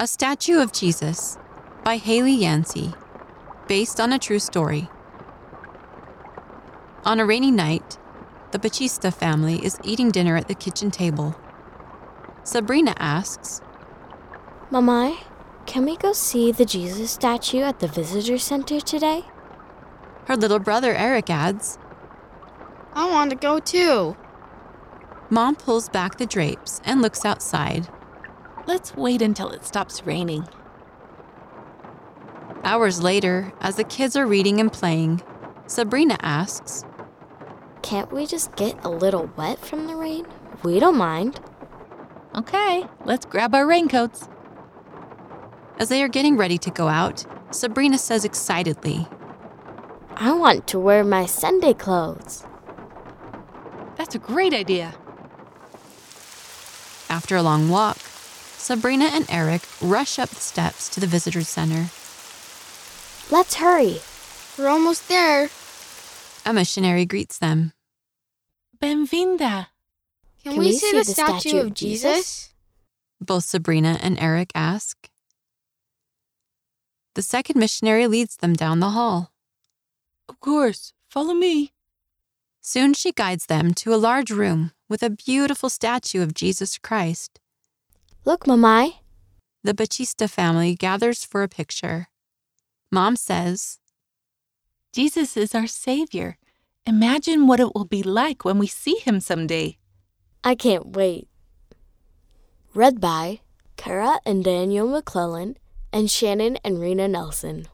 A Statue of Jesus by Haley Yancey, based on a true story. On a rainy night, the Batista family is eating dinner at the kitchen table. Sabrina asks, Mamai, can we go see the Jesus statue at the visitor center today? her little brother Eric adds, I want to go too. Mom pulls back the drapes and looks outside. Let's wait until it stops raining. Hours later, as the kids are reading and playing, Sabrina asks, Can't we just get a little wet from the rain? We don't mind. Okay, let's grab our raincoats. As they are getting ready to go out, Sabrina says excitedly, I want to wear my Sunday clothes. That's a great idea. After a long walk, Sabrina and Eric rush up the steps to the visitor center. Let's hurry. We're almost there. A missionary greets them. Benvinda. Can, we, see, the, statue, of Jesus? Both Sabrina and Eric ask. The second missionary leads them down the hall. Of course. Follow me. Soon she guides them to a large room with a beautiful statue of Jesus Christ. Look, Mamai. The Batista family gathers for a picture. Mom says, Jesus is our Savior. Imagine what it will be like when we see him someday. I can't wait. Read by Kara and Daniel McClellan and Shannon and Rena Nelson.